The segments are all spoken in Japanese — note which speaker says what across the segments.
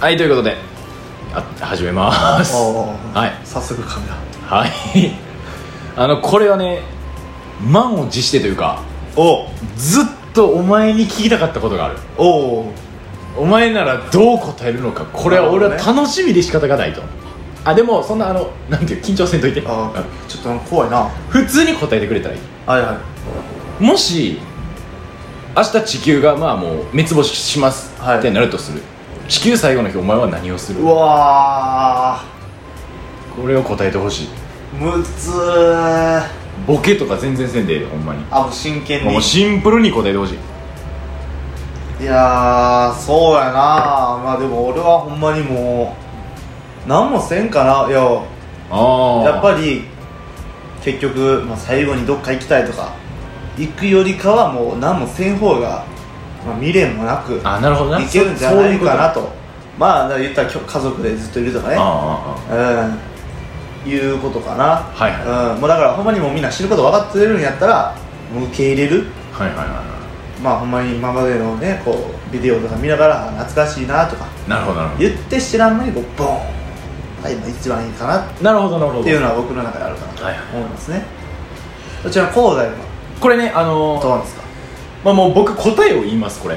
Speaker 1: はいということであ始めますはい
Speaker 2: 早速カメラ
Speaker 1: はい あのこれはね満を持してというか
Speaker 2: お
Speaker 1: ずっとお前に聞きたかったことがある
Speaker 2: おお
Speaker 1: お前ならどう答えるのかこれは俺は楽しみで仕方がないとあでもそんなあのなんていう緊張せんといて
Speaker 2: あちょっと怖いな
Speaker 1: 普通に答えてくれたらいい
Speaker 2: はいはい
Speaker 1: もし明日地球がまあもう滅亡します
Speaker 2: はい
Speaker 1: ってなるとする、地球最後の日お前は何をする
Speaker 2: うわ
Speaker 1: これを答えてほしい
Speaker 2: ーむずー
Speaker 1: ボケとか全然せんでええでほんまに
Speaker 2: あもう真剣に
Speaker 1: もうシンプルに答えてほしい
Speaker 2: いやーそうやなまあでも俺はほんまにもう何もせんかないや
Speaker 1: ああ
Speaker 2: やっぱり結局、まあ、最後にどっか行きたいとか行くよりかはもう何もせん方が、まあ、未練もなく
Speaker 1: あなるほどない
Speaker 2: けるんじゃないかな
Speaker 1: そううこと
Speaker 2: まあだから言ったらきょ家族でずっといるとか
Speaker 1: と
Speaker 2: ね
Speaker 1: あーあー
Speaker 2: うんいうことかな
Speaker 1: はいは
Speaker 2: うん、もうだからほんまにもうみんな知ること分かってるんやったらもう受け入れる
Speaker 1: あーはいはいはいは
Speaker 2: まあほんまに今までのねこうビデオとか見ながらあ懐かしいなとか
Speaker 1: いなるほどなるほ
Speaker 2: 言って知らん間にこうボーンが今一番いいかなっ
Speaker 1: どなるほどなるほど
Speaker 2: ていうのは僕の中であるかなと
Speaker 1: はいはい
Speaker 2: 思いますねこちら高大は
Speaker 1: これねあのー
Speaker 2: どうなんですか
Speaker 1: まあもう僕答えを言いますこれ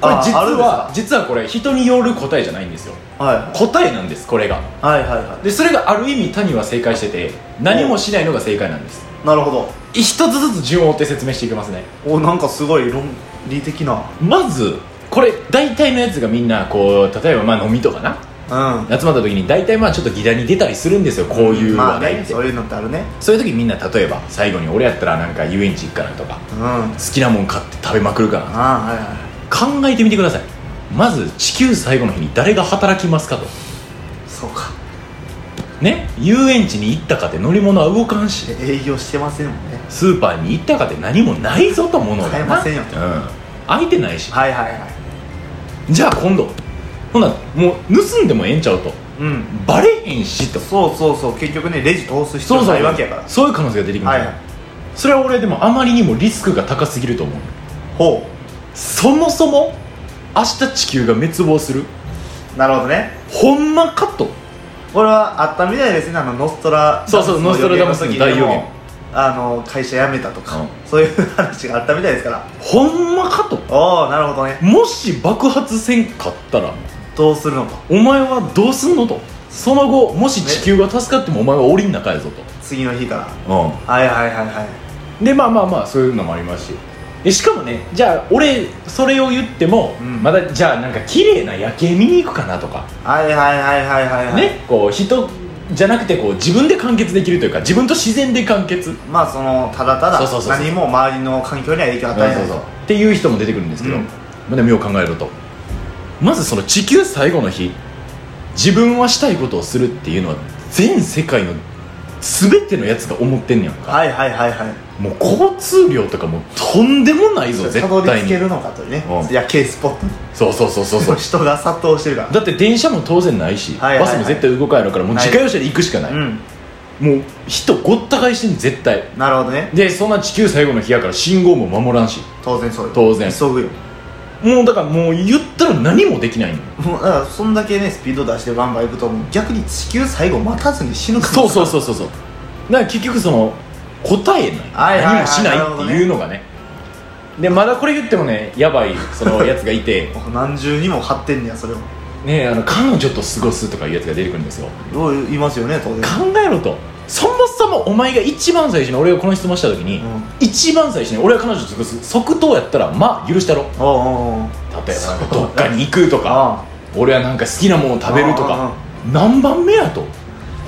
Speaker 1: これ
Speaker 2: あ
Speaker 1: 実
Speaker 2: あるんです
Speaker 1: は
Speaker 2: か
Speaker 1: 実はこれ人による答えじゃないんですよ
Speaker 2: はい
Speaker 1: 答えなんですこれが
Speaker 2: はいはいは
Speaker 1: でそれがある意味他には正解してて何もしないのが正解なんです
Speaker 2: いなるほど
Speaker 1: 一つずつ順を追って説明していきますね
Speaker 2: おなんかすごい論理的な
Speaker 1: まずこれ大体のやつがみんなこう例えばまあ飲みとかな
Speaker 2: うん
Speaker 1: 集まった時に大体まあちょっと議題に出たりするんですよこういう
Speaker 2: まあ
Speaker 1: 話題
Speaker 2: ね
Speaker 1: って、
Speaker 2: そういうのってあるね
Speaker 1: そういう時みんな例えば最後に俺やったらなんか遊園地行くかなとか
Speaker 2: うんあ
Speaker 1: 好きなもん買って食べまくるかな
Speaker 2: あはいはい
Speaker 1: 考えてみてくださいまず地球最後の日に誰が働きますかと
Speaker 2: そうか
Speaker 1: ね遊園地に行ったかって乗り物は動かんし
Speaker 2: え営業してませんもんね
Speaker 1: スーパーに行ったかって何もないぞと物がな
Speaker 2: 買えませんよ
Speaker 1: うん、空いてないし
Speaker 2: はいはいはい
Speaker 1: じゃあ今度ほなもう盗んでもええんちゃうと
Speaker 2: うん
Speaker 1: バレへんしと
Speaker 2: そうそうそう結局ねレジ通す必
Speaker 1: そう
Speaker 2: 要
Speaker 1: そ
Speaker 2: な
Speaker 1: う
Speaker 2: いわけやから
Speaker 1: そういう可能性が出てきます、
Speaker 2: はいはい
Speaker 1: それは俺でもあまりにもリスクが高すぎると思う
Speaker 2: ほ
Speaker 1: そもそも明日地球が滅亡する
Speaker 2: うなるほどね
Speaker 1: ほんまかと
Speaker 2: これはあったみたいですねあのノストラ
Speaker 1: そうそうノストラダムスの大予言
Speaker 2: 予言もあの会社辞めたとか、
Speaker 1: うん
Speaker 2: そういう話があったみたいですから
Speaker 1: ほんまかと
Speaker 2: おおなるほどね
Speaker 1: もし爆発せんかったら
Speaker 2: どうするのか
Speaker 1: お前はどうすんのとその後もし地球が助かってもお前は檻の中やぞ
Speaker 2: 次の日から
Speaker 1: と、
Speaker 2: はいはいはいはい
Speaker 1: うん、でまあまあまあそういうのもありますしえしかもねじゃあ俺それを言っても、
Speaker 2: うん
Speaker 1: まだじゃあなんか綺麗な夜景見に行くかなとか、
Speaker 2: はいはいはいはいはいはい
Speaker 1: ねこう人じゃなくてこう自分で完結できるというか自分と自然で完結
Speaker 2: まあそのただただ
Speaker 1: そうそうそうそう
Speaker 2: 何も周りの環境には影響を与えないと
Speaker 1: っていう人も出てくるんですけど、
Speaker 2: うん
Speaker 1: まあでもよう考えるとまずその地球最後の日自分はしたいことをするっていうのは全世界の全てのやつが思ってんねやんか、
Speaker 2: はいはいはいはい
Speaker 1: もう交通量とかもうとんでもないぞ絶
Speaker 2: たどり
Speaker 1: 対
Speaker 2: 着け
Speaker 1: に
Speaker 2: るのかというね
Speaker 1: うん
Speaker 2: 夜景スポットに
Speaker 1: そうそうそう そうそう
Speaker 2: 人が殺到してるから
Speaker 1: だって電車も当然ないし、
Speaker 2: はいはいはい
Speaker 1: バスも絶対動かないのからもう自家用車で行くしかない、
Speaker 2: うん
Speaker 1: もう人ごった返してん絶対
Speaker 2: なるほどね
Speaker 1: でそんな地球最後の日やから信号も守らんし
Speaker 2: 当然そうよ
Speaker 1: 当然
Speaker 2: 急ぐよ
Speaker 1: もうだからもう言ったら何もできないの
Speaker 2: もうだからそんだけねスピード出してバンバン行くともう逆に地球最後待たずに死ぬかも
Speaker 1: そうそうそうそうそうだから結局その答えない、
Speaker 2: はいはいはい
Speaker 1: 何もしないっていうのがねでまだこれ言ってもねやばいそのやつがいて
Speaker 2: 何重にも張ってんねやそれは
Speaker 1: ねあの彼女と過ごすとかいうやつが出てくるんですよ
Speaker 2: おいいますよね当然
Speaker 1: 考えろとそもそもお前が一番最初に俺がこの質問した時に、
Speaker 2: うん
Speaker 1: 一番最初に俺が彼女と過ごす即答やったらまあ許したろ
Speaker 2: おうおうおう
Speaker 1: 例えばなんかどっかに行くとか
Speaker 2: あ
Speaker 1: 俺はなんか好きなものを食べるとか何番目やと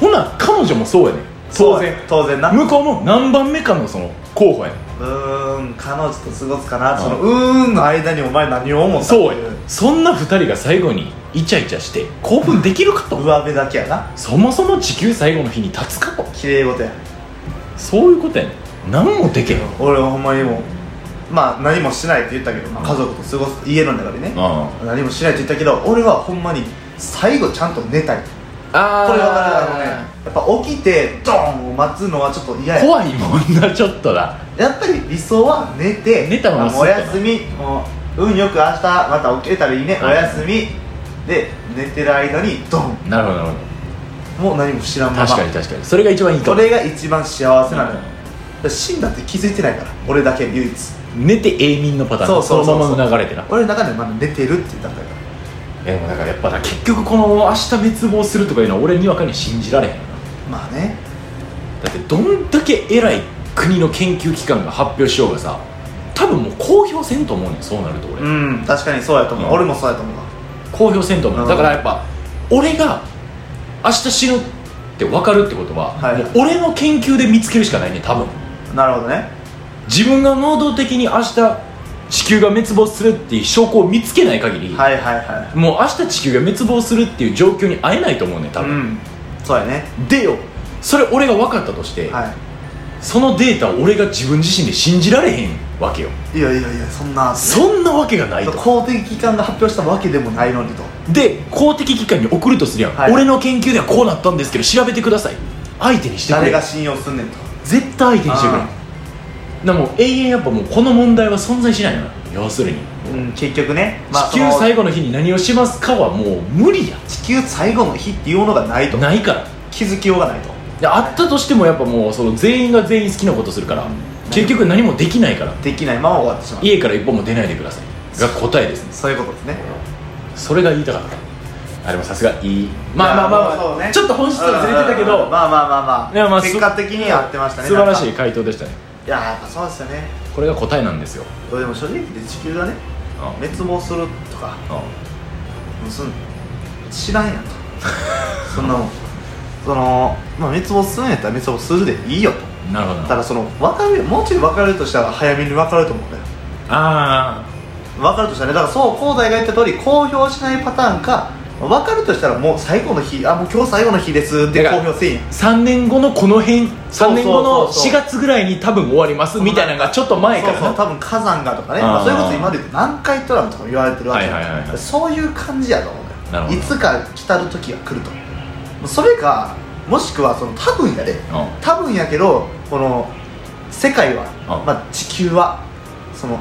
Speaker 1: ほな彼女もそうやねん
Speaker 2: あ
Speaker 1: 当然
Speaker 2: 当然なう
Speaker 1: 向こうも何番目かのその候補やねん
Speaker 2: ーん彼女と過ごすかな
Speaker 1: うん
Speaker 2: そのうーんの間にお前何を思った
Speaker 1: そうやそんな2人が最後にイチャイチャして興奮できるかと
Speaker 2: 上辺だけやな
Speaker 1: そもそも地球最後の日に立つかと
Speaker 2: 綺麗事や
Speaker 1: そういうことやねん何もできへんうん
Speaker 2: 俺はほんまにもうまあ何もしないって言ったけど、まあ、家族と過ごす家の中でね
Speaker 1: あ
Speaker 2: 何もしないって言ったけど俺はほんまに最後ちゃんと寝たい
Speaker 1: あ
Speaker 2: これ分かるあのねやっぱ起きてドーンを待つのはちょっと嫌や
Speaker 1: 怖いもんなちょっとだ
Speaker 2: やっぱり理想は寝て
Speaker 1: 寝たまま
Speaker 2: あもうお休みもう運よく明日また起きれたらいいね、
Speaker 1: はい
Speaker 2: お休みで寝てる間にドン
Speaker 1: なるほどなるほ
Speaker 2: もう何も知らん
Speaker 1: ど
Speaker 2: まま
Speaker 1: 確かに確かにそれが一番いいか
Speaker 2: そ
Speaker 1: も
Speaker 2: れが一番幸せなのよ、だから死んだって気づいてないから俺だけ唯一
Speaker 1: 寝て永眠のパターン
Speaker 2: そうそうそうそう
Speaker 1: のままの流れてな
Speaker 2: 俺の中でまだ寝てるっていう段階だ
Speaker 1: えでもだからやっぱな結局この明日滅亡するとかいうのは俺にわかに信じられへんよな
Speaker 2: まあね
Speaker 1: だってどんだけ偉い国の研究機関が発表しようがさ多分もう公表せんと思うねんそうなると俺、
Speaker 2: うん確かにそうやと思う、
Speaker 1: うん
Speaker 2: 俺もそうやと思うわ
Speaker 1: 公表せんと思う、
Speaker 2: うん
Speaker 1: だからやっぱ俺が明日死ぬって分かるってことは、
Speaker 2: はい
Speaker 1: もう俺の研究で見つけるしかないね多分
Speaker 2: なるほどね
Speaker 1: 自分が能動的に明日地球が滅亡するっていう証拠を見つけない限り、
Speaker 2: はいはいは
Speaker 1: もう明日地球が滅亡するっていう状況に会えないと思うねん多
Speaker 2: い
Speaker 1: 分、
Speaker 2: うんそうやね
Speaker 1: でよそれ俺が分かったとして、
Speaker 2: は
Speaker 1: そのデータを俺が自分自身で信じられへんわけよ
Speaker 2: いいやいやいやそんな
Speaker 1: そんなわけがないと
Speaker 2: 公的機関が発表したわけでもないのにと
Speaker 1: で公的機関に送るとするやん、
Speaker 2: はい
Speaker 1: 俺の研究ではこうなったんですけど調べてください相手にしてく
Speaker 2: 誰
Speaker 1: れ
Speaker 2: が信用すんねんと
Speaker 1: 絶対相手にしてくれ
Speaker 2: あ
Speaker 1: だからもう永遠やっぱもうこの問題は存在しないのよ要するに、
Speaker 2: うん結局ね、
Speaker 1: 地球最後の日に何をしますかはもう無理や
Speaker 2: 地球最後の日っていうものがないと
Speaker 1: ないから
Speaker 2: 気づきようがないと
Speaker 1: であったとしてもやっぱもうその全員が全員好きなことするから、
Speaker 2: うん
Speaker 1: 結局何もできないから
Speaker 2: できないまま終わってしまう
Speaker 1: 家から一歩も出ないでくださいが答えですね
Speaker 2: そういうことですね
Speaker 1: それが言いたかったあでもさすがいいまあまあまあ、
Speaker 2: まあそうね
Speaker 1: ちょっと本質とはずれてたけ
Speaker 2: うんうん
Speaker 1: ど
Speaker 2: うんまあまあまあまあ
Speaker 1: いやまあ
Speaker 2: 結果的に合ってましたね
Speaker 1: 素晴らし
Speaker 2: なん
Speaker 1: い回答でしたね
Speaker 2: かいややっぱそうですよね
Speaker 1: これが答えなんですよ
Speaker 2: でも正直言って地球がね滅亡するとかうんそん知らんやんと そんなもんその、まあ、滅亡するんやったら滅亡するでいいよと
Speaker 1: なるほどな
Speaker 2: ただその分かるもうちょい分かれるとしたら早めに分かると思うんだよ
Speaker 1: あ
Speaker 2: 分かるとしたらねだからそう恒大が言った通り公表しないパターンか分かるとしたらもう最後の日あもう今日最後の日ですって
Speaker 1: だか
Speaker 2: 公
Speaker 1: ら
Speaker 2: 表せんやん
Speaker 1: あ3年後のこの辺3年後の
Speaker 2: そうそうそうそう
Speaker 1: 4月ぐらいに多分終わりますみたいなのがちょっと前から
Speaker 2: そうそう
Speaker 1: な
Speaker 2: 多分火山がとかね
Speaker 1: あー
Speaker 2: まあ、そういうこと今まで南海トラフとかも言われてるわけじゃん、
Speaker 1: はいはいはいはい
Speaker 2: そういう感じやと思う
Speaker 1: なる
Speaker 2: の
Speaker 1: ほど
Speaker 2: よいつか来たる時が来るとそれかもしくはその多分やで
Speaker 1: う
Speaker 2: 多分やけどこの世界は、
Speaker 1: うん
Speaker 2: まあ、地球はその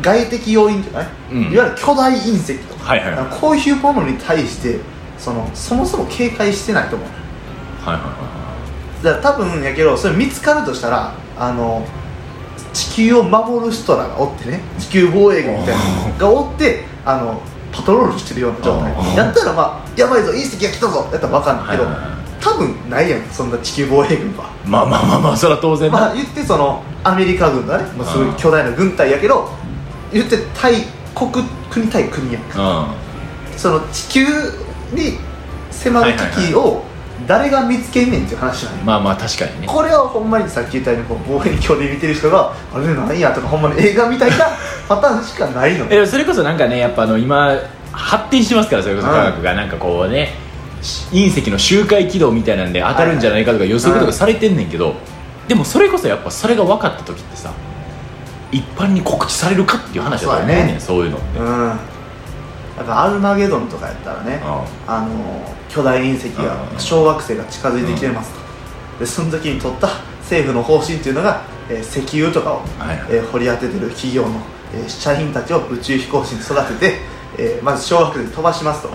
Speaker 2: 外的要因じゃない、
Speaker 1: うん
Speaker 2: いわゆる巨大隕石とか、
Speaker 1: はいはいはい
Speaker 2: あのこういうものに対してそのそもそも警戒してないと思う
Speaker 1: はいはいは
Speaker 2: だから多分やけどそれ見つかるとしたらあの地球を守る人らがおってね地球防衛軍みたいなのがおってあのパトロールしてるような状態
Speaker 1: おー
Speaker 2: やったらまあやばいぞ隕石が来たぞやったら分かんないけど、
Speaker 1: はいはいはい
Speaker 2: 多分ないやんそんな地球防衛軍は。
Speaker 1: いまあまあまあまあそれは当然だ、
Speaker 2: まあ言ってそのアメリカ軍がね、まあ、すご
Speaker 1: う
Speaker 2: い
Speaker 1: ん
Speaker 2: 巨大な軍隊やけど言って対国国対国やんかその地球に迫る危機を誰が見つけんねんっていう話なの
Speaker 1: う
Speaker 2: よ
Speaker 1: んまあまあ確かにね
Speaker 2: これはほんまにさっき言ったようにこう望遠鏡で見てる人があれなんやとかほんまに映画みたいなパターンしかないのよ
Speaker 1: えそれこそなんかねやっぱあの今発展してますからそれこそ科学がなんかこうねし隕石の周回軌道みたいなんで当たるんじゃないかとか予測と
Speaker 2: う
Speaker 1: か
Speaker 2: ん
Speaker 1: されてんねんけどでもそれこそやっぱそれが分かった時ってさ一般に告知されるかっていう話だと思うねんそういうのって
Speaker 2: うんやっぱアルマゲドンとかやったらねあの巨大隕石が
Speaker 1: うん
Speaker 2: 小惑星が近づいてきてますと、でその時に取った政府の方針っていうのが、えー石油とかを、
Speaker 1: はいはい
Speaker 2: えー掘り当ててる企業の、えー社員たちを宇宙飛行士に育てて、えーまず小惑星飛ばしますと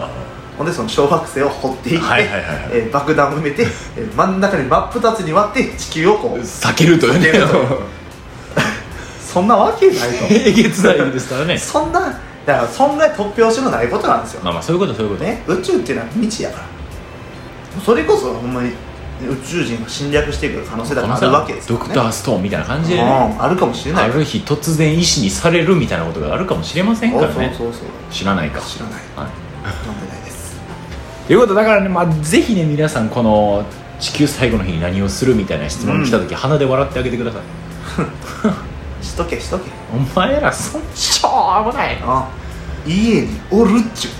Speaker 2: ほんでその小惑星を掘っていって、
Speaker 1: はいはいはいはい
Speaker 2: えー爆弾を埋めて、えー真ん中に真っ二つに割って地球をこう
Speaker 1: 避けるというね
Speaker 2: 避けるという そんなわけないと
Speaker 1: えげつないです からね
Speaker 2: そんなだからそんな突拍子のないことなんですよ
Speaker 1: まあまあそういうことそういうこと
Speaker 2: ね、宇宙っていうのは未知やからそれこそほんまに宇宙人が侵略してくる可能性だってあるわけです
Speaker 1: ド
Speaker 2: よ、ね、
Speaker 1: クターストーンみたいな感じでね
Speaker 2: うんあるかもしれな
Speaker 1: あ
Speaker 2: い
Speaker 1: る日突然医師にされるみたいなことがあるかもしれませんからね
Speaker 2: そうそうそう
Speaker 1: 知らないか
Speaker 2: 知らない
Speaker 1: はい
Speaker 2: 飲んでないです
Speaker 1: ということでだからね、まあ、ぜひね皆さんこの地球最後の日に何をするみたいな質問来た時、鼻で笑ってあげてください
Speaker 2: しとけしとけ
Speaker 1: お前らそんしょうもない
Speaker 2: あ家におるっちゅう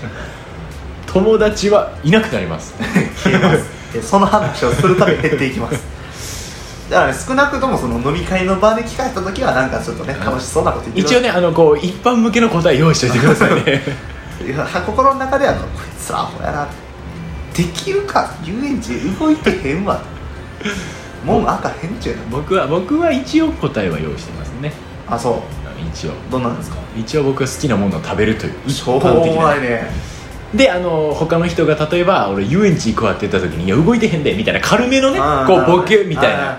Speaker 1: 友達はいなくなります
Speaker 2: 消 えますえその話をするために減っていきますだからね少なくともその飲み会の場で聞かれた時はなんかちょっとね楽しそうなこと言って
Speaker 1: 一応ねあのこう一般向けの答え用意しておいてください ね
Speaker 2: いや心の中ではこいつらアホやなできるか遊園地動いてへんわもう赤へんちゅうな
Speaker 1: 僕は僕は一応答えは用意してますね
Speaker 2: あそ
Speaker 1: 一応
Speaker 2: うどんなんですか
Speaker 1: 一応僕は好きなものを食べるという一
Speaker 2: しょう
Speaker 1: 般的
Speaker 2: もな
Speaker 1: ない
Speaker 2: ね
Speaker 1: であの他の人が例えば俺遊園地行くわって言った時に「いや動いてへんで」みたいな軽めのね
Speaker 2: あー
Speaker 1: こ
Speaker 2: なる
Speaker 1: う
Speaker 2: ほど
Speaker 1: ボケみたい
Speaker 2: あ
Speaker 1: な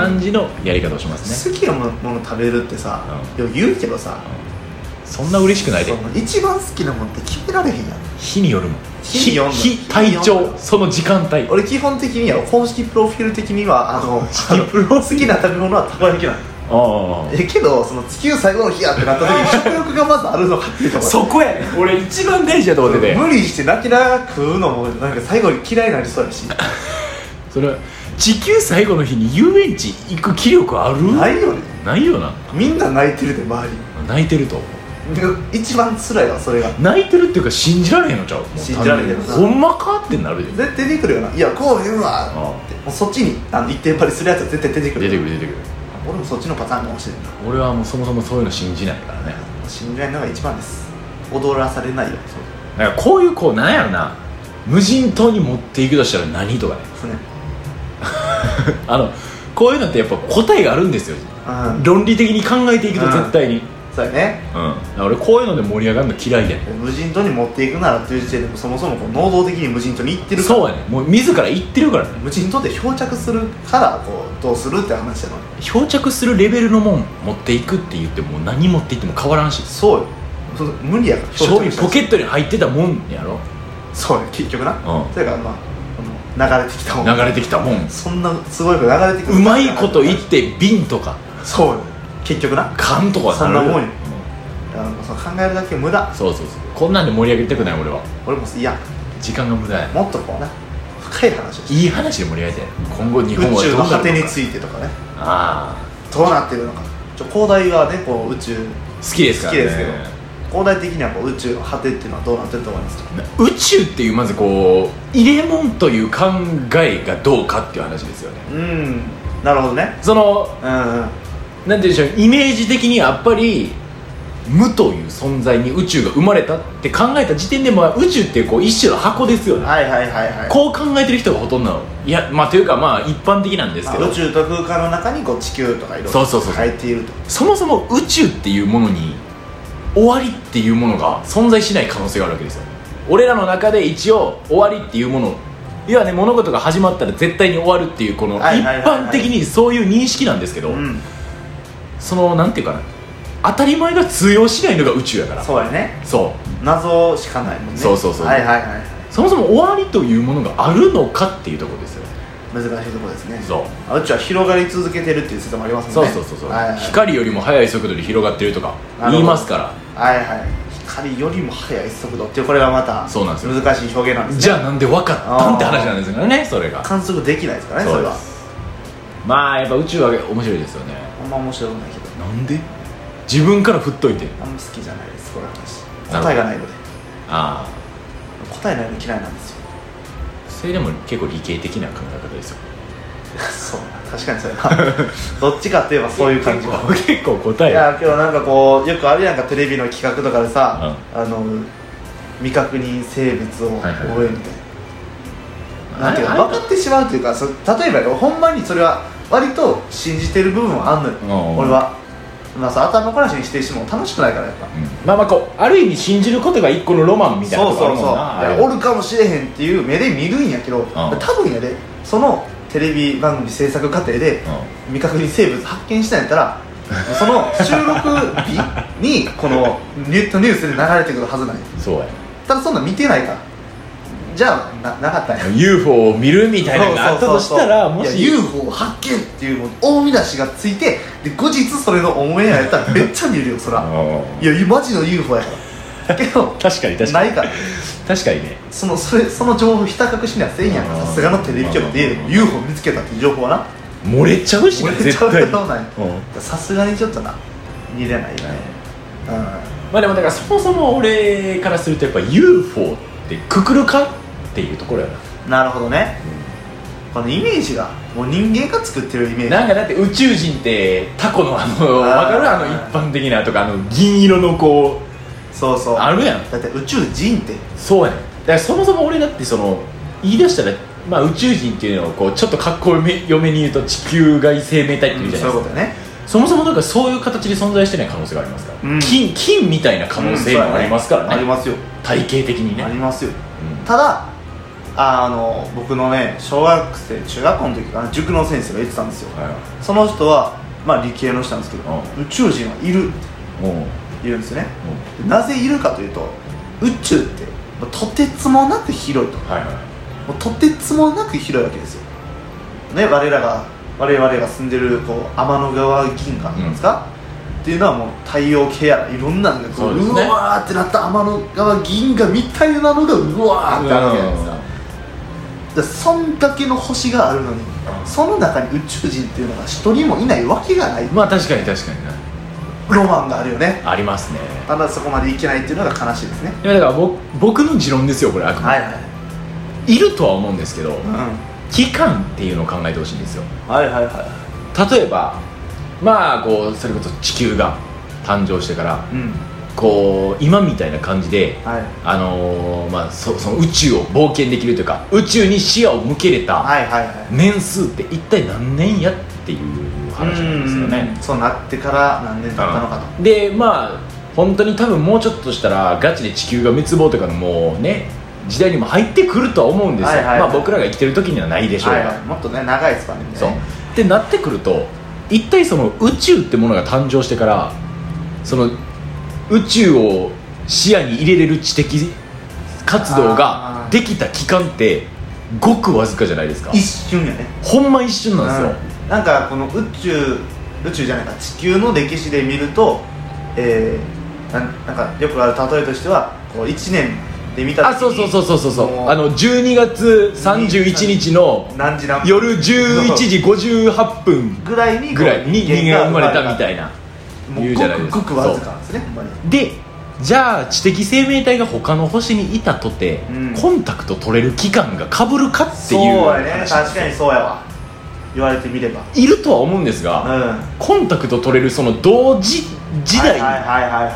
Speaker 1: 感じのやり方をしますね、
Speaker 2: ー好きなもの食べるってさ、よう言うけどさ、
Speaker 1: そんな嬉しくないで
Speaker 2: その一番好きなもんって決められへんやん
Speaker 1: 日によるもん
Speaker 2: 日によるの
Speaker 1: 日体
Speaker 2: 日による
Speaker 1: 調その時間帯
Speaker 2: 俺基本的には公式プロフィール的にはあの
Speaker 1: 式プロフィール
Speaker 2: 好きな食べ物はたこ焼きなの
Speaker 1: あ
Speaker 2: えけどその地球最後の日やってなった時に食欲がまずあるのかっていうと
Speaker 1: あ
Speaker 2: ころ
Speaker 1: そこやね俺一番大事だと思ってて
Speaker 2: 無理して泣きながら食うのもなんか最後に嫌いになりそうやし
Speaker 1: それは地球最後の日に遊園地行く気力ある
Speaker 2: ないよね
Speaker 1: ないよな
Speaker 2: みんな泣いてるで周
Speaker 1: 泣いてると思う
Speaker 2: りで一番辛いわそれが
Speaker 1: 泣いてるっていうか信じられへんのちゃうもう
Speaker 2: 信じられへんよな
Speaker 1: ほんまかってなるで
Speaker 2: 絶対出てくるよないやこう言う
Speaker 1: あ
Speaker 2: わってもうそっちにあの一点張りするやつは絶対出てく
Speaker 1: 出
Speaker 2: る
Speaker 1: てくる出てくる
Speaker 2: 俺もそっちのパターンが欲しいな
Speaker 1: 俺はもうそもそもそういうの信じないからね
Speaker 2: 信じないのが一番です踊らされないよ
Speaker 1: だからこういうこうなんやろな無人島に持っていくとしたら何とかね
Speaker 2: そうですね
Speaker 1: あのこういうのってやっぱ答えがあるんですよ
Speaker 2: うん
Speaker 1: 論理的に考えていくと絶対に、
Speaker 2: そうやね
Speaker 1: うん、俺こういうので盛り上がるの嫌いやね
Speaker 2: 無人島に持っていくならという時点でもうそもそもこう能動的に無人島に行ってるから
Speaker 1: そうやねもう自ら言ってるからね
Speaker 2: 無人島で漂着するからこうどうするって話なの
Speaker 1: 漂着するレベルのもん持っていくって言っても何持っていっても変わらんし
Speaker 2: そうよそ無理やから
Speaker 1: 正味ポケ
Speaker 2: ッ
Speaker 1: ットに入ってたもんやろ
Speaker 2: そうよ結局な、
Speaker 1: うん
Speaker 2: それからまああの流れてきたもん
Speaker 1: 流れてきたもん
Speaker 2: そんなすごいこと流れてくる
Speaker 1: うまいこと言って瓶とか
Speaker 2: そうよ結局な
Speaker 1: 缶とか
Speaker 2: そんなもんよ
Speaker 1: る
Speaker 2: あのその考えるだけ無駄
Speaker 1: そうそうそうこんなんで盛り上げたくない俺は
Speaker 2: 俺もいや
Speaker 1: 時間が無駄や
Speaker 2: もっとこうな深い話をし
Speaker 1: いい話で盛り上げて今後日
Speaker 2: て
Speaker 1: 本
Speaker 2: 宇
Speaker 1: はどうなるの
Speaker 2: 宙の
Speaker 1: か
Speaker 2: 果てについてとかね
Speaker 1: あ
Speaker 2: どうなってるのかちょ広大がねこう宇宙
Speaker 1: あ好きですから、ね、
Speaker 2: 好きですけど広大的にはこう宇宙の果てっていうのはどうなってると思いますか
Speaker 1: 宇宙っていうまずこう入れ物という考えがどうかっていう話ですよね
Speaker 2: うんなるほどね
Speaker 1: その
Speaker 2: うんうん
Speaker 1: なんて言うんでしょうイメージ的にやっぱり無という存在に宇宙が生まれたって考えた時点で、まあ、宇宙ってこう一種の箱ですよね
Speaker 2: はいはいはいはい
Speaker 1: こう考えてる人がほとんどなのいやまあというかまあ一般的なんですけど
Speaker 2: まあ宇宙と空間の中にこう地球とかいろい
Speaker 1: そ
Speaker 2: ろ
Speaker 1: うそうそうそう
Speaker 2: 入っていると
Speaker 1: そもそも宇宙っていうものに終わりっていうものが存在しない可能性があるわけですよ俺らの中で一応終わりっていうもの要はね物事が始まったら絶対に終わるっていうこの一
Speaker 2: はいはいはいはい
Speaker 1: 般的にそういう認識なんですけど
Speaker 2: ん
Speaker 1: そのなんていうかな当たり前が通用しないのが宇宙やから
Speaker 2: そうやね
Speaker 1: そう
Speaker 2: 謎しかないもんね
Speaker 1: そうそうそう
Speaker 2: はいはいはい
Speaker 1: そもそも終わりというものがあるのかっていうところですよ
Speaker 2: 難しいとこですね
Speaker 1: そう
Speaker 2: う宇宙は広がり続けてるっていう説もありますも
Speaker 1: そ
Speaker 2: ん
Speaker 1: う
Speaker 2: ね
Speaker 1: そうそうそう、
Speaker 2: はいはい
Speaker 1: 光よりも速い速度で広がってるとか
Speaker 2: なるほど
Speaker 1: 言いますから
Speaker 2: はいはい光よりも速い速度っていうこれがまた
Speaker 1: そうなんですよ
Speaker 2: 難しい表現なんですね
Speaker 1: じゃあなんで分かったんって話なんですよねそれが
Speaker 2: 観測できないですからねそれは
Speaker 1: ですまあやっぱ宇宙は面白いですよね
Speaker 2: あんま面白くないけど
Speaker 1: なんで自分から振っといて
Speaker 2: あんま好きじゃないですこの話
Speaker 1: なるほど
Speaker 2: 答えがないので
Speaker 1: あ
Speaker 2: 答えないの嫌いなんですよ
Speaker 1: あそれでも結構理系的な考え方ですよ
Speaker 2: そう確かにそ れはどっちかっていえばそういう感じが
Speaker 1: 結構結構答
Speaker 2: い
Speaker 1: えが
Speaker 2: やけどなんかこうよくあるやんかテレビの企画とかでさ、あの未確認生物を
Speaker 1: はいはい
Speaker 2: 追えみたいな、なんていうか
Speaker 1: あれあれ
Speaker 2: 分かってしまうというかそ例えばよほんまにそれは割と信じてる部分はあんのよ、
Speaker 1: うん
Speaker 2: 俺は、まあ、さ頭ごなしにしてしても楽しくないからやっぱ
Speaker 1: うんまあまあこうある意味信じることが一個のロマンみたいな
Speaker 2: そ
Speaker 1: と
Speaker 2: う
Speaker 1: こあ
Speaker 2: そ
Speaker 1: る
Speaker 2: う
Speaker 1: も
Speaker 2: そ
Speaker 1: ん
Speaker 2: う
Speaker 1: なあれ
Speaker 2: おるかもしれへんっていう目で見るんやけど、多分やでそのテレビ番組制作過程で、未確認生物発見したんやったらその収録日にこのネットニュースで流れてくるはずなんや
Speaker 1: うんそうや
Speaker 2: ただそんなん見てないからじゃあななかったんや
Speaker 1: UFO を見るみたいなのがあったとしたら
Speaker 2: そう
Speaker 1: も
Speaker 2: そうそう
Speaker 1: し
Speaker 2: いや UFO 発見っていうもう大見出しがついてで後日それのオンエアやったらめっちゃ見るよそ
Speaker 1: う
Speaker 2: ら
Speaker 1: ん
Speaker 2: いやマジの UFO やからけど
Speaker 1: 確かに確か
Speaker 2: な
Speaker 1: に
Speaker 2: いから
Speaker 1: 確かにね
Speaker 2: そのそれその情報ひた隠しにはせんやんか
Speaker 1: うん
Speaker 2: さすがのテレビ局で
Speaker 1: うん
Speaker 2: UFO 見つけたっていう情報はな
Speaker 1: 漏れちゃうしね
Speaker 2: 俺
Speaker 1: 絶
Speaker 2: ちゃう
Speaker 1: 対に
Speaker 2: ようなんや
Speaker 1: うん
Speaker 2: さすがにちょっとな見れないよねうん
Speaker 1: まあでもだからそもそも俺からするとやっぱ UFO ってくくるかっていうところやな
Speaker 2: なるほどね、このイメージがもう人間が作ってるイメージ
Speaker 1: なんかだって宇宙人ってタコのあの
Speaker 2: あー
Speaker 1: わかるあの一般的なとかあの銀色のこう
Speaker 2: そうそう
Speaker 1: あるやん
Speaker 2: だって宇宙人って
Speaker 1: そうやねんだからそもそも俺だってその言い出したらまあ宇宙人っていうのをこうちょっとかっこよめに言うと地球外生命体っていうじゃ
Speaker 2: そ
Speaker 1: な
Speaker 2: う
Speaker 1: い
Speaker 2: いう
Speaker 1: で
Speaker 2: こ
Speaker 1: す
Speaker 2: と
Speaker 1: か
Speaker 2: よね
Speaker 1: そもそもだからそういう形で存在してない可能性がありますから、
Speaker 2: うん
Speaker 1: 金金みたいな可能性もありますからね,、
Speaker 2: ありますよ
Speaker 1: 体系的にね
Speaker 2: ありますよただあの僕のね小学生中学校の時かな塾の先生が言ってたんですよ
Speaker 1: うんはい
Speaker 2: その人は、まあ、理系の人なんですけど、
Speaker 1: う
Speaker 2: 宇宙人はいるって
Speaker 1: うんうん
Speaker 2: 言うんですねでなぜいるかというと宇宙ってもうとてつもなく広いと
Speaker 1: はいはい
Speaker 2: もうとてつもなく広いわけですよね我らが我々が住んでるこう天の川銀河なんですか、っていうのはもう太陽系やらいろんなんがこう
Speaker 1: そうですね
Speaker 2: わーってなった天の川銀河みたいなのがうわーってあるわけじゃないですか、でそんだけの星があるのにその中に宇宙人っていうのが一人もいないわけがない
Speaker 1: まあ確かに確かにね
Speaker 2: ロマンがあるよね
Speaker 1: ありますね
Speaker 2: ただそこまでいけないっていうのが悲しいですね
Speaker 1: いやだから僕僕の持論ですよこれあくまで、
Speaker 2: はい
Speaker 1: い、るとは思うんですけど、
Speaker 2: うん
Speaker 1: 期間っていうのを考えてほしいんですよ
Speaker 2: はいはいは
Speaker 1: 例えばまあこうそれこそ地球が誕生してから
Speaker 2: いうん
Speaker 1: こう今みたいな感じで
Speaker 2: はい
Speaker 1: あのーまあ、そその宇宙を冒険できるというか宇宙に視野を向けれた
Speaker 2: はいはいはい
Speaker 1: 年数って一体何年やっていう話なんですよね
Speaker 2: うんそうなってから何年経ったのかと
Speaker 1: でまあ本当に多分もうちょっとしたらガチで地球が滅亡とかのもうね時代にも入ってくるとは思うんですよ、
Speaker 2: はいはい
Speaker 1: まあ、僕らが生きてる時にはないでしょうが、
Speaker 2: はいはいもっとね長いスパンでね
Speaker 1: そうってなってくると一体その宇宙ってものが誕生してからその宇宙を視野に入れれる知的活動が
Speaker 2: あー
Speaker 1: できた期間ってごくわずかじゃないですか
Speaker 2: 一瞬やね
Speaker 1: ほんま一瞬なんですよ、
Speaker 2: うんなんかこの宇宙宇宙じゃないか地球の歴史で見るとえー、なんなんかよくある例えとしてはこう1年で見た時に
Speaker 1: あそうそうそうそうそうそう
Speaker 2: も
Speaker 1: あの12月31日の
Speaker 2: 何時何分
Speaker 1: 夜11時58分
Speaker 2: ぐらいにこう
Speaker 1: ぐらいに人間が生まれたみた
Speaker 2: い
Speaker 1: いな
Speaker 2: も
Speaker 1: 言うじ
Speaker 2: うご
Speaker 1: ゃないです
Speaker 2: く
Speaker 1: か
Speaker 2: ごくわずかなんですねほんまに
Speaker 1: でじゃあ知的生命体が他の星にいたとて、
Speaker 2: うん
Speaker 1: コンタクト取れる期間がかぶるかって
Speaker 2: そ
Speaker 1: いうう
Speaker 2: や
Speaker 1: 話なん
Speaker 2: ね
Speaker 1: ですよ
Speaker 2: 確かにそうやわ言われてみればうん
Speaker 1: いるとは思うんですが、
Speaker 2: は
Speaker 1: コンタクト取れるその同時時
Speaker 2: い
Speaker 1: 代
Speaker 2: はい
Speaker 1: に
Speaker 2: はいはいはい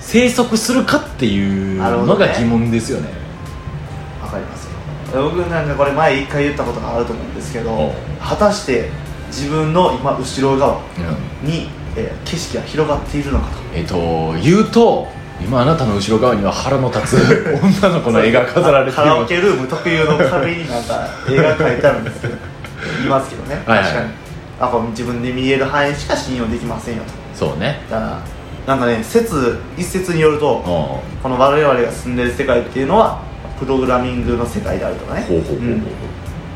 Speaker 1: 生息するかっていう
Speaker 2: なるほ
Speaker 1: の
Speaker 2: どね
Speaker 1: が疑問ですよね
Speaker 2: わかりますよ僕なんかこれ前一回言ったことがあると思うんですけど果たして自分の今後ろ側
Speaker 1: うん
Speaker 2: に、えー景色が広がっているのかと
Speaker 1: えっ、と言うと今あなたの後ろ側には腹の立つ 女の子の絵が飾られて
Speaker 2: カ
Speaker 1: いる
Speaker 2: ラオケルーム特有の壁になんか絵が描いてあるんですけど言いますけどね確
Speaker 1: はいはい
Speaker 2: かにあこう自分で見える範囲しか信用できませんよと
Speaker 1: そうね
Speaker 2: だからなんかね説一説によると
Speaker 1: うんほ
Speaker 2: この我々が住んでる世界っていうのはプログラミングの世界であるとかね
Speaker 1: うほうほうほう、
Speaker 2: ん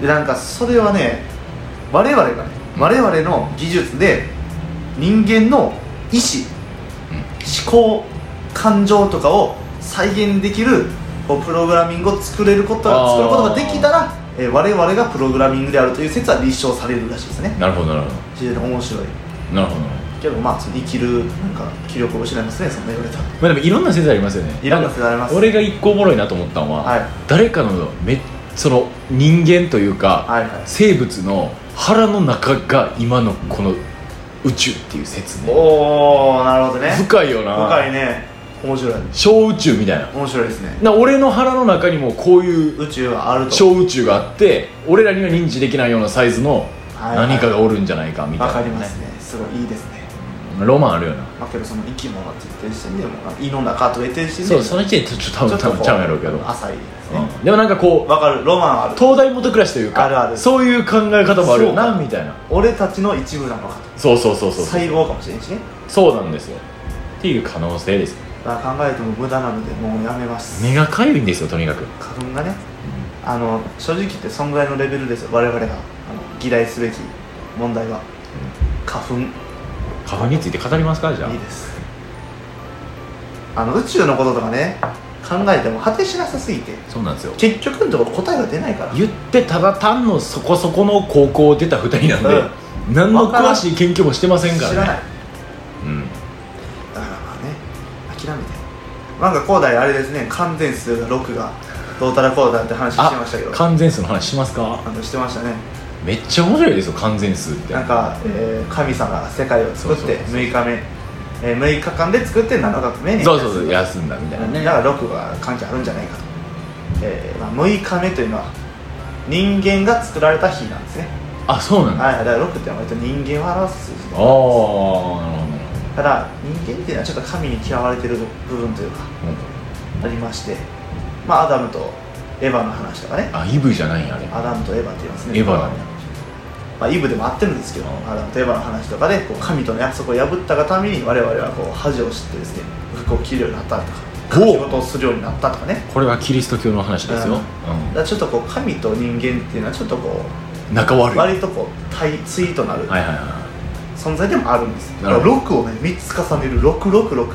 Speaker 2: でなんかそれはね我々がね我々の技術で人間の意志、思考感情とかを再現できるこうプログラミングを作れること
Speaker 1: あー
Speaker 2: が作ることができたら、えー我々がプログラミングであるという説は立証されるらしいですね
Speaker 1: なるほどなるほ
Speaker 2: 非常に面白い
Speaker 1: どなるほど
Speaker 2: けどまあその生きるなんか気力を失いますねそんな言われたら
Speaker 1: まあでもいろんな説ありますよね
Speaker 2: いろんな説あります
Speaker 1: 俺が一個おもろいなと思ったのは、
Speaker 2: はい
Speaker 1: 誰かのめその人間というか、
Speaker 2: はいはい
Speaker 1: 生物の腹の中が今のこの宇宙っていう説で
Speaker 2: おおなるほどね
Speaker 1: 深いよな
Speaker 2: 深いね面白い
Speaker 1: 小宇宙みたいな
Speaker 2: 面白いですね
Speaker 1: な俺の腹の中にもこういう
Speaker 2: 宇宙はあると
Speaker 1: 小宇宙があって俺らには認知できないようなサイズの
Speaker 2: はいはい
Speaker 1: 何かがおるんじゃないかみたい
Speaker 2: わ
Speaker 1: な、
Speaker 2: かりますねすごいいいですね
Speaker 1: ロマンあるよな
Speaker 2: まあけどその生き物って言ってしてんでも胃の中と言ってしてんで
Speaker 1: そう
Speaker 2: も
Speaker 1: その時点でちょっと多分
Speaker 2: ち
Speaker 1: 多
Speaker 2: ょっと
Speaker 1: 分
Speaker 2: こ
Speaker 1: ちゃうんやろうけど、
Speaker 2: 浅いですね
Speaker 1: うんでもなんかこう
Speaker 2: わかるロマンある
Speaker 1: 東大元暮らしというか
Speaker 2: あるある
Speaker 1: そういう考え方もあるよ
Speaker 2: そう
Speaker 1: な
Speaker 2: か
Speaker 1: みたいな
Speaker 2: 俺たちの一部なのかと
Speaker 1: そうそうそうそう
Speaker 2: 細胞かもしれんしね
Speaker 1: そうなんですよっていう可能性です
Speaker 2: だから考えても無駄なのでもうやめます
Speaker 1: 目がかゆいんですよとにかく
Speaker 2: 花粉がねあの正直言ってそんぐらいのレベルですよ我々があの議題すべき問題は花粉
Speaker 1: 花粉について語りますかじゃあ
Speaker 2: いいですあの宇宙のこととかね考えても果てしなさすぎて
Speaker 1: そうなんですよ
Speaker 2: 結局のところ答えが出ないから
Speaker 1: 言ってただ単のそこそこの高校を出た2人なんで、何の詳しい研究もしてませんからね
Speaker 2: 知らない
Speaker 1: うん
Speaker 2: だからまあね諦めてなんか高台あれですね完全数が6がどうたらこうだって話してましたけど
Speaker 1: 完全数の話しますか
Speaker 2: なんかしてましたね
Speaker 1: めっちゃ面白いですよ完全数って
Speaker 2: なんか、えー神様が世界を作っ
Speaker 1: そうそう
Speaker 2: て
Speaker 1: そう
Speaker 2: 6日目、えー6日間で作って7日目に
Speaker 1: そうそうそう休んだみたいなね
Speaker 2: だから6が関係あるんじゃないかと、えーまあ、6日目というのは人間が作られた日なんですね
Speaker 1: あそうなんだあ
Speaker 2: はいだから6って割と人間を表す数字
Speaker 1: あーなるほどなるほ
Speaker 2: だから人間っていうのはちょっと神に嫌われてる部分というか
Speaker 1: どうん
Speaker 2: ありましてまあアダムとエヴァの話とかね
Speaker 1: あイブじゃないんやあれ
Speaker 2: アダムとエヴァって言いますね
Speaker 1: エヴァなんや
Speaker 2: まあ、イブでも合ってるんですけど
Speaker 1: うん
Speaker 2: アダムとエヴァの話とかでこう神との約束を破ったがために我々はこう恥を知ってですね服を着るようになったとか
Speaker 1: おう
Speaker 2: 仕事をするようになったとかね
Speaker 1: これはキリスト教の話ですよ、
Speaker 2: だからちょっとこう神と人間っていうのはちょっとこ
Speaker 1: うん、仲悪
Speaker 2: う
Speaker 1: いはい
Speaker 2: 割とこう対対となる
Speaker 1: はいは
Speaker 2: 存在でもあるんです
Speaker 1: なるほど
Speaker 2: 6をね3つ重ねる666
Speaker 1: い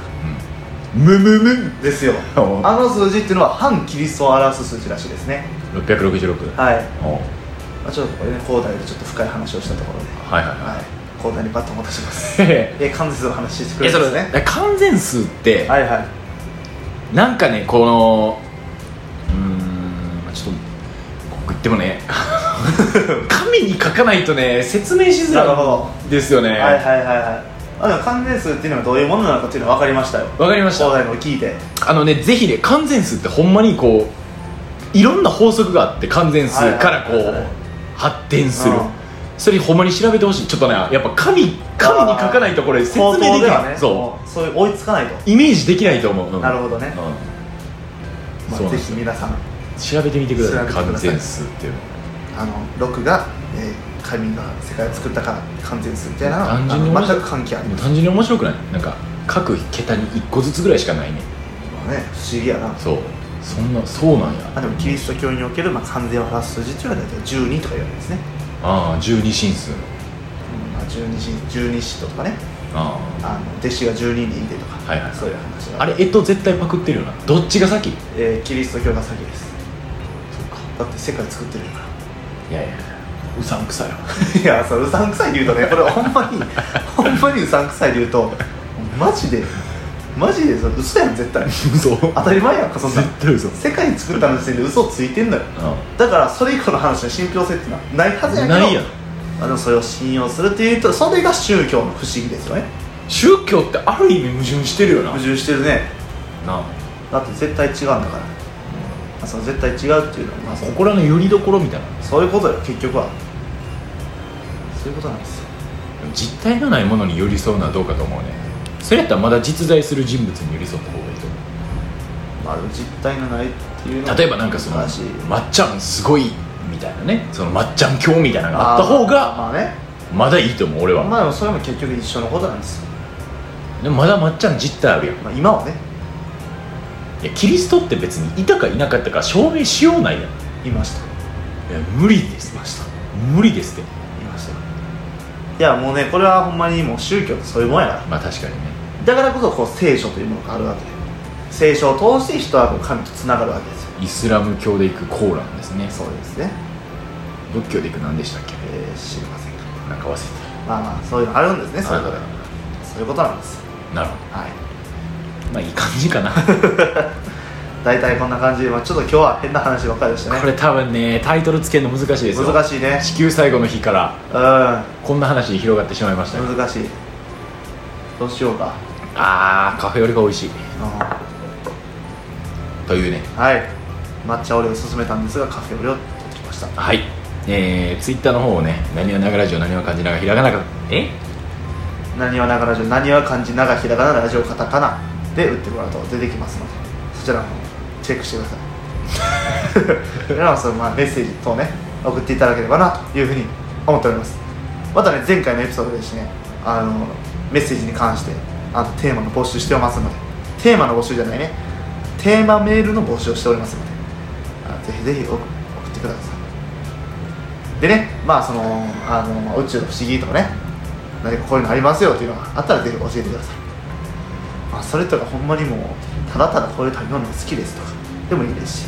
Speaker 1: むむむ
Speaker 2: ですよ
Speaker 1: お
Speaker 2: あの数字っていうのは反キリストを表す数字らしいですね
Speaker 1: 666
Speaker 2: はい、
Speaker 1: おはい
Speaker 2: まあ、ちょっとこれね広大でちょっと深い話をしたところで
Speaker 1: はいは
Speaker 2: はい広大にバッと戻します
Speaker 1: いえ
Speaker 2: え関節の話してくれ
Speaker 1: そ
Speaker 2: るんで
Speaker 1: れ
Speaker 2: すね
Speaker 1: ね完全数って、
Speaker 2: はいはい
Speaker 1: なんかねこのうーんまあちょっとでもね 紙に書かないとね説明しづ
Speaker 2: なる
Speaker 1: ら
Speaker 2: ほど
Speaker 1: いですよね
Speaker 2: はいはいはいはいあでも関連数っていうのがどういうものなのかっていうのは分かりましたよ
Speaker 1: わかりまし
Speaker 2: 広
Speaker 1: た
Speaker 2: 大のを聞いて
Speaker 1: あのねぜひね完全数ってほんまにこういろんな法則があって完全数からこ
Speaker 2: はいはいはいう
Speaker 1: 発展する
Speaker 2: うん
Speaker 1: それほんまに調べてほしいちょっとねやっぱ紙紙に書かないとこれ説明
Speaker 2: 口頭
Speaker 1: でき
Speaker 2: は
Speaker 1: ない
Speaker 2: ね
Speaker 1: そ
Speaker 2: もうそういう追いつかないと
Speaker 1: うイメージできないと思う、うん
Speaker 2: なるほどね、
Speaker 1: うん
Speaker 2: ま
Speaker 1: そうな
Speaker 2: あ、
Speaker 1: ん
Speaker 2: ぜ
Speaker 1: です
Speaker 2: ひ
Speaker 1: よ
Speaker 2: 皆さん
Speaker 1: 調べてみてください
Speaker 2: 調べてください
Speaker 1: 完全数っていうの
Speaker 2: あの6が、えー神が世界を作ったから完全数みたいなのは
Speaker 1: 単純に
Speaker 2: あの全く関係あり
Speaker 1: も
Speaker 2: ま
Speaker 1: う単純に面白くないなんか各桁に1個ずつぐらいしかないね
Speaker 2: すね不思議やな
Speaker 1: そうそんなそうなんや
Speaker 2: あでもキリスト教における、まあ、完全を表す数字っていうのは大体12とか言われるんですね、
Speaker 1: ああ十二進数
Speaker 2: うんまあ、12神十二使徒とかね
Speaker 1: あ
Speaker 2: あの弟子が12人いてとか、
Speaker 1: はいはい
Speaker 2: そういう話
Speaker 1: あ
Speaker 2: が
Speaker 1: あれえっと絶対パクってるよなどっちが先
Speaker 2: えーキリスト教が先です
Speaker 1: そうか
Speaker 2: だって世界作ってるから
Speaker 1: いやいやうさんくさよ
Speaker 2: いやそれうさんくさいで言うとねこれほ んまにほんまにうさんくさいで言うとマジでマジでそれ嘘やん絶対
Speaker 1: 嘘
Speaker 2: 当たり前やんかそんなん
Speaker 1: 絶対嘘
Speaker 2: 世界作ったの時点で嘘ついてんのよ
Speaker 1: う
Speaker 2: だからそれ以降の話の信憑性ってのはないはずや
Speaker 1: ん
Speaker 2: けど
Speaker 1: ないやん
Speaker 2: あのそれを信用するっていうとそれが宗教の不思議ですよね
Speaker 1: 宗教ってある意味矛盾してるよな
Speaker 2: 矛盾してるね
Speaker 1: な
Speaker 2: だって絶対違うんだから、あ、その絶対違うっていうのは、まあ、その
Speaker 1: 心の拠り所みたいな
Speaker 2: そういうことよ結局はそういうことなんですよ
Speaker 1: 実体のないものに寄り添うのはどうかと思うねそれやったらまだ実在する人物に寄り添った方がいいと思う
Speaker 2: まあでも実体のないっていうのは
Speaker 1: 例えばなんかその
Speaker 2: 難しい
Speaker 1: まっちゃんすごいみたいなねそのまっちゃん教みたいなのがあった方が
Speaker 2: まあね
Speaker 1: まだいいと思う俺は、
Speaker 2: まあでもそれも結局一緒のことなんですよ、
Speaker 1: でもまだまっちゃん実態あるやん
Speaker 2: まあ、今はね
Speaker 1: いやキリストって別にいたかいなかったか証明しようないやんい
Speaker 2: いました
Speaker 1: や無理です
Speaker 2: いました
Speaker 1: 無理ですって
Speaker 2: いましたいやもうねこれはほんまにもう宗教ってそういうもんやから
Speaker 1: まあ確かにね
Speaker 2: だからこそこう聖書というものがあるわけで聖書を通して人はこう神とつながるわけですよ
Speaker 1: イスラム教で行くコーランですね
Speaker 2: そうですね、
Speaker 1: 仏教で行く何でしたっけ
Speaker 2: えー、知りませんか
Speaker 1: なんか忘れ
Speaker 2: まあまあそういうのあるんですね
Speaker 1: た
Speaker 2: それ
Speaker 1: あ
Speaker 2: ぞれそういうことなんです
Speaker 1: なるほ
Speaker 2: はい
Speaker 1: どまあいい感じ かな
Speaker 2: 大体こんな感じで、まあ、ちょっと今日は変な話ばっかりでした
Speaker 1: こ
Speaker 2: ね
Speaker 1: れ多分ねタイトルつけるの難しいですよ
Speaker 2: 難しいね
Speaker 1: 地球最後の日から
Speaker 2: う
Speaker 1: こんな話に広がってしまいましたよ
Speaker 2: ん難しいどうしようか
Speaker 1: あーカフェオレが美味しい
Speaker 2: あ
Speaker 1: というね
Speaker 2: のはい抹茶オレを勧めたんですがカフェオレを取ってきました
Speaker 1: はいえー、ツイッターの方をね何はながらじょ何は漢字ながひらがなかえ
Speaker 2: 何はながらじょ何は漢字ながひらがなラジオカタカナで打ってもらうと出てきますのでそちらの方チェックしてください 皆さんそのまあメッセージ等ね送っていただければなというふうに思っておりますまたね前回のエピソードでですねあのメッセージに関してあとテーマの募集しておりますのでテーマの募集じゃないねテーマメールの募集をしておりますのであのぜひぜひ送送ってくださいでねまあそのあの、まあ宇宙の不思議とかね何かこういうのありますよっていうのがあったらぜひ教えてください、まあ、それとかほんまにもうただただこういう食べ物が好きですとかでもいいですし、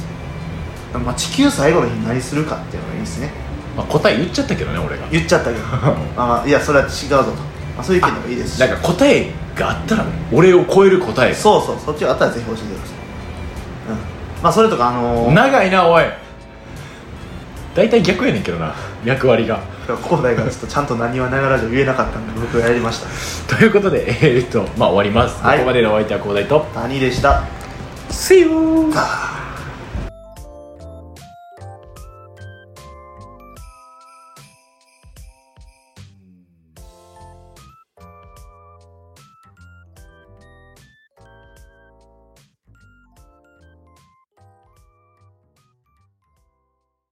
Speaker 2: まあ、地球最後の日に何するかっていうのがいいですね
Speaker 1: まあ、答え言っちゃったけどね俺が
Speaker 2: 言っちゃった けどまあまあいやそれは違うぞと、まあ、そういう意見でもいいですし
Speaker 1: なんか答えがあったらね俺を超える答え
Speaker 2: そうそうそっちがあったらぜひ教えてください、うん、まあそれとかあのー、
Speaker 1: 長いなおい大体逆やねんけどな役割が
Speaker 2: 広大がちょっとちゃんと何はながらじゃ言えなかったんで僕がやりました
Speaker 1: ということでえー、っとまあ終わります、
Speaker 2: はい
Speaker 1: ここまでのお相手は広大と
Speaker 2: 谷でした
Speaker 1: See you!
Speaker 2: あー